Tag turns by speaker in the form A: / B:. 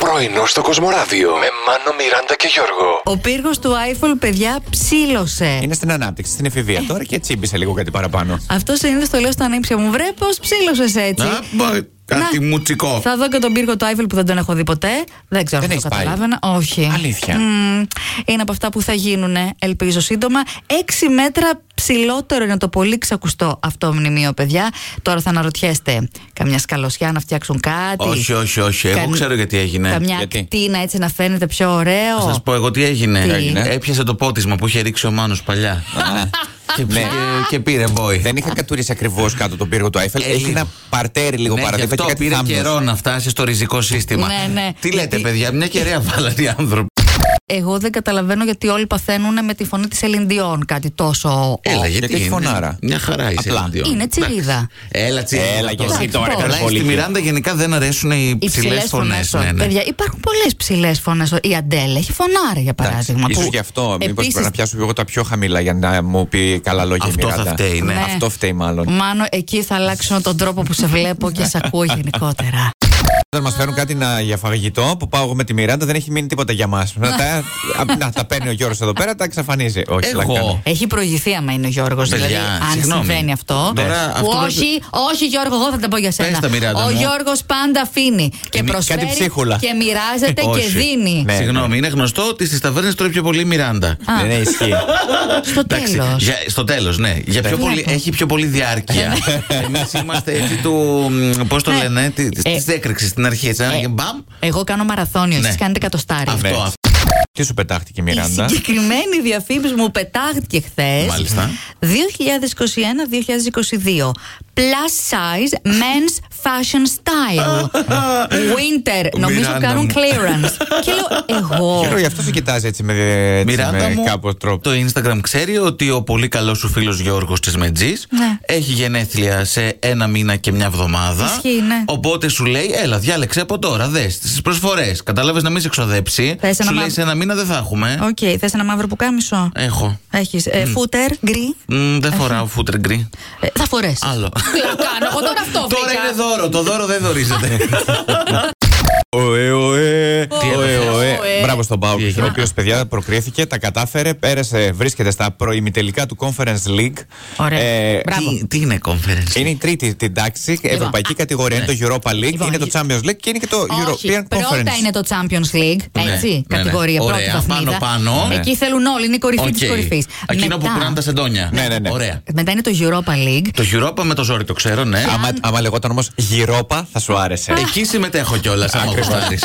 A: Πρωινό στο Κοσμοράδιο με Μάνο, Μιράντα και Γιώργο.
B: Ο πύργος του Άιφολ, παιδιά, ψήλωσε.
C: Είναι στην ανάπτυξη, στην εφηβεία τώρα και τσίμπησε λίγο κάτι παραπάνω.
B: Αυτό συνήθως το λέω στα ανήψια μου. Βρε, πώς ψήλωσες έτσι.
D: Να, μπα, κάτι
B: Να.
D: μου τσικό.
B: Θα δω και τον πύργο του Άιφελ που δεν τον έχω δει ποτέ. Δεν ξέρω αν
C: Δεν έχεις
B: το
C: πάει.
B: καταλάβαινα.
D: Ε.
B: Όχι.
C: Αλήθεια.
B: Μμμ. είναι από αυτά που θα γίνουν, ελπίζω σύντομα. Έξι μέτρα ψηλότερο είναι το πολύ ξακουστό αυτό μνημείο, παιδιά. Τώρα θα αναρωτιέστε, καμιά σκαλωσιά να φτιάξουν κάτι.
D: Όχι, όχι, όχι. Εγώ
B: Καμ-
D: ξέρω γιατί έγινε.
B: Καμιά
C: γιατί?
B: ακτίνα έτσι να φαίνεται πιο ωραίο.
D: Θα σας πω εγώ τι έγινε.
B: Τι?
D: Έγινε. Έπιασε το πότισμα που είχε ρίξει ο Μάνος παλιά. και,
C: Ναι.
D: πήγε- Ε, και πήρε μπόι.
C: Δεν είχα κατουρίσει ακριβώς κάτω τον πύργο του Άιφελ.
D: Ε,
C: Έχει
D: λίγο.
C: ένα παρτέρι λίγο
D: Ναι, γι'
C: παραδείγμα και
D: αυτό
C: κάτι
D: πήρε
C: θάμνους.
D: καιρό να φτάσει στο ριζικό σύστημα.
B: Ναι, ναι.
D: Τι λέτε,
B: Γιατί-
D: παιδιά, μια κεραία βάλανε οι άνθρωποι.
B: Εγώ δεν καταλαβαίνω γιατί όλοι παθαίνουν με τη φωνή της Ελληνδιών κάτι τόσο.
D: Έλα,
C: γιατί
D: γιατί
C: έχει
D: Ε, είναι.
C: φωνάρα.
D: Μια χαρά είσαι.
C: Απλά.
D: Λίντιο.
B: Είναι τσιρίδα.
D: Εντάξει. Έλα, τσιρίδα.
C: Έλα και εσύ
B: Εντάξει,
C: τώρα,
B: τώρα.
C: καλή
B: Καλά,
D: Καλά, στη
C: πολύ.
D: Μιράντα γενικά δεν αρέσουν οι Ναι,
B: Οι
D: ψηλέ
B: ψηλές
D: φωνέ.
B: φωνές, όχι. Παιδιά, υπάρχουν πολλές ψηλές φωνές. Η Αντέλ έχει φωνάρα για παράδειγμα.
C: Ίσως
B: που
C: γι' αυτό. Μήπως
B: επίσης-
C: πρέπει να πιάσω εγώ τα πιο χαμηλά για να μου πει καλά λόγια. η
D: Αυτό θα
C: Μιράντα.
D: φταίει, ναι.
B: Ναι.
C: Αυτό φταίει μάλλον.
B: Μάνο, εκεί θα αλλάξω τον τρόπο που σε βλέπω και σε ακούω γενικότερα.
C: Όταν μας φέρουν κάτι να, για φαγητό που πάω εγώ με τη Μιράντα, δεν έχει μείνει τίποτα για μας. να, τα, α, να, τα παίρνει ο Γιώργος εδώ πέρα, τα εξαφανίζει. Όχι, ναι.
D: Εγώ.
C: πλάκα κάνω.
B: Έχει προηγηθεί άμα είναι ο Γιώργος.
D: Παιδιά,
B: Δηλαδή, αν
D: συγγνώμη.
B: συμβαίνει αυτό.
D: Ναι. Τώρα
B: που
D: αυτό
B: όχι, όχι Γιώργο, εγώ θα τα πω για σένα.
D: τα, Μιράντα
B: ο
D: μου.
B: Γιώργος πάντα αφήνει και
C: Εμεί-
B: προσφέρει
C: κάτι ψίχουλα.
B: και μοιράζεται και
D: Όχι.
B: δίνει.
C: Ναι.
D: Συγγνώμη, είναι γνωστό ότι στις ταβέρνες τρώει πιο πολύ η Μιράντα.
C: Ναι, ναι, ισχύει.
B: Στο
D: Εντάξει,
B: τέλος.
D: για- στο τέλος, ναι. Για πιο
B: Βλέπω.
D: πολύ, έχει πιο πολύ διάρκεια. Εμείς είμαστε έτσι του. Πώς το
B: Ναι.
D: λένε, τη
B: Ε.
D: της έκρηξη στην αρχή. Έτσι, ένα
B: Ε.
D: και μπαμ.
B: Εγώ κάνω μαραθώνιο,
D: Ναι.
B: εσείς κάνετε κατοστάρι.
D: Αυτό,
C: Ναι.
D: αυτό.
C: Τι σου πετάχτηκε η
B: Η
C: Μιράντα.
B: συγκεκριμένη διαφήμιση μου πετάχτηκε χθες.
D: Μάλιστα.
B: 2021-2022. Plus size men's fashion style. Winter. Νομίζω
D: Μιράντα
B: κάνουν
D: μου.
B: clearance. Και λέω εγώ.
C: Γιώργο, γι' αυτό σε κοιτάζει έτσι με, ε, έτσι,
D: Μιράντα
C: με
D: μου,
C: κάποιο τρόπο.
D: το Instagram ξέρει ότι ο πολύ καλός σου φίλος Γιώργος της Μετζής
B: Ναι.
D: έχει γενέθλια σε ένα μήνα και μια εβδομάδα.
B: Ισχύει, ναι.
D: Οπότε σου λέει, έλα, διάλεξε από τώρα, δες τις προσφορές. Κατάλαβες να μην σε ξοδέψει.
B: Θες ένα
D: Σου λέει,
B: μαύρο-
D: σε ένα μήνα δεν θα έχουμε.
B: Οκ, θες ένα μαύρο πουκάμισο.
D: Έχω.
B: Έχεις ε, φούτερ, γκρι.
D: Μμ, δεν φοράω φούτρε γκρι.
B: Ε, θα φορέσεις.
D: Άλλο.
B: Τι να κάνω, εγώ τώρα αυτό
D: Τώρα
B: βρήκα.
D: είναι δώρο, το δώρο δεν δωρίζεται.
C: Ωε, ωε. Ωε,
B: έπαθες?
C: ωε.
B: Ωε.
C: Μπράβο στον Πάουκ.
D: Τι έγινε?
C: Ο οποίος παιδιά προκρίθηκε, τα κατάφερε, πέρασε, βρίσκεται στα προημιτελικά του Conference League. Ε,
B: Ωραία. Μπράβο.
D: τι, τι είναι conference.
C: είναι η τρίτη την τάξη, ευρωπαϊκή κατηγορία. Είναι το Europa League,
B: Λοιπόν,
C: είναι το Champions League και είναι και το
B: Όχι,
C: European
B: πρώτα
C: Conference.
B: είναι το Champions League,
D: Ναι,
B: έτσι,
D: ναι, ναι.
B: κατηγορία
D: Ωραία,
B: πρώτη βαθμίδα.
D: πάνω-πάνω. Ναι.
B: Εκεί θέλουν όλοι, είναι η κορυφή
D: Οκ.
B: της κορυφής.
D: Εκείνο που
B: Μετά-
D: πουλάνε τα σεντόνια.
C: Ναι, ναι, ναι.
D: Ωραία.
B: Μετά είναι το Europa League.
D: Το Europa με το ζόρι το ξέρω, ναι.
C: Άμα, άμα λεγόταν όμως Europa, θα σου άρεσε.
D: Εκεί συμμετέχω κιόλας, άμα γουστάρεις.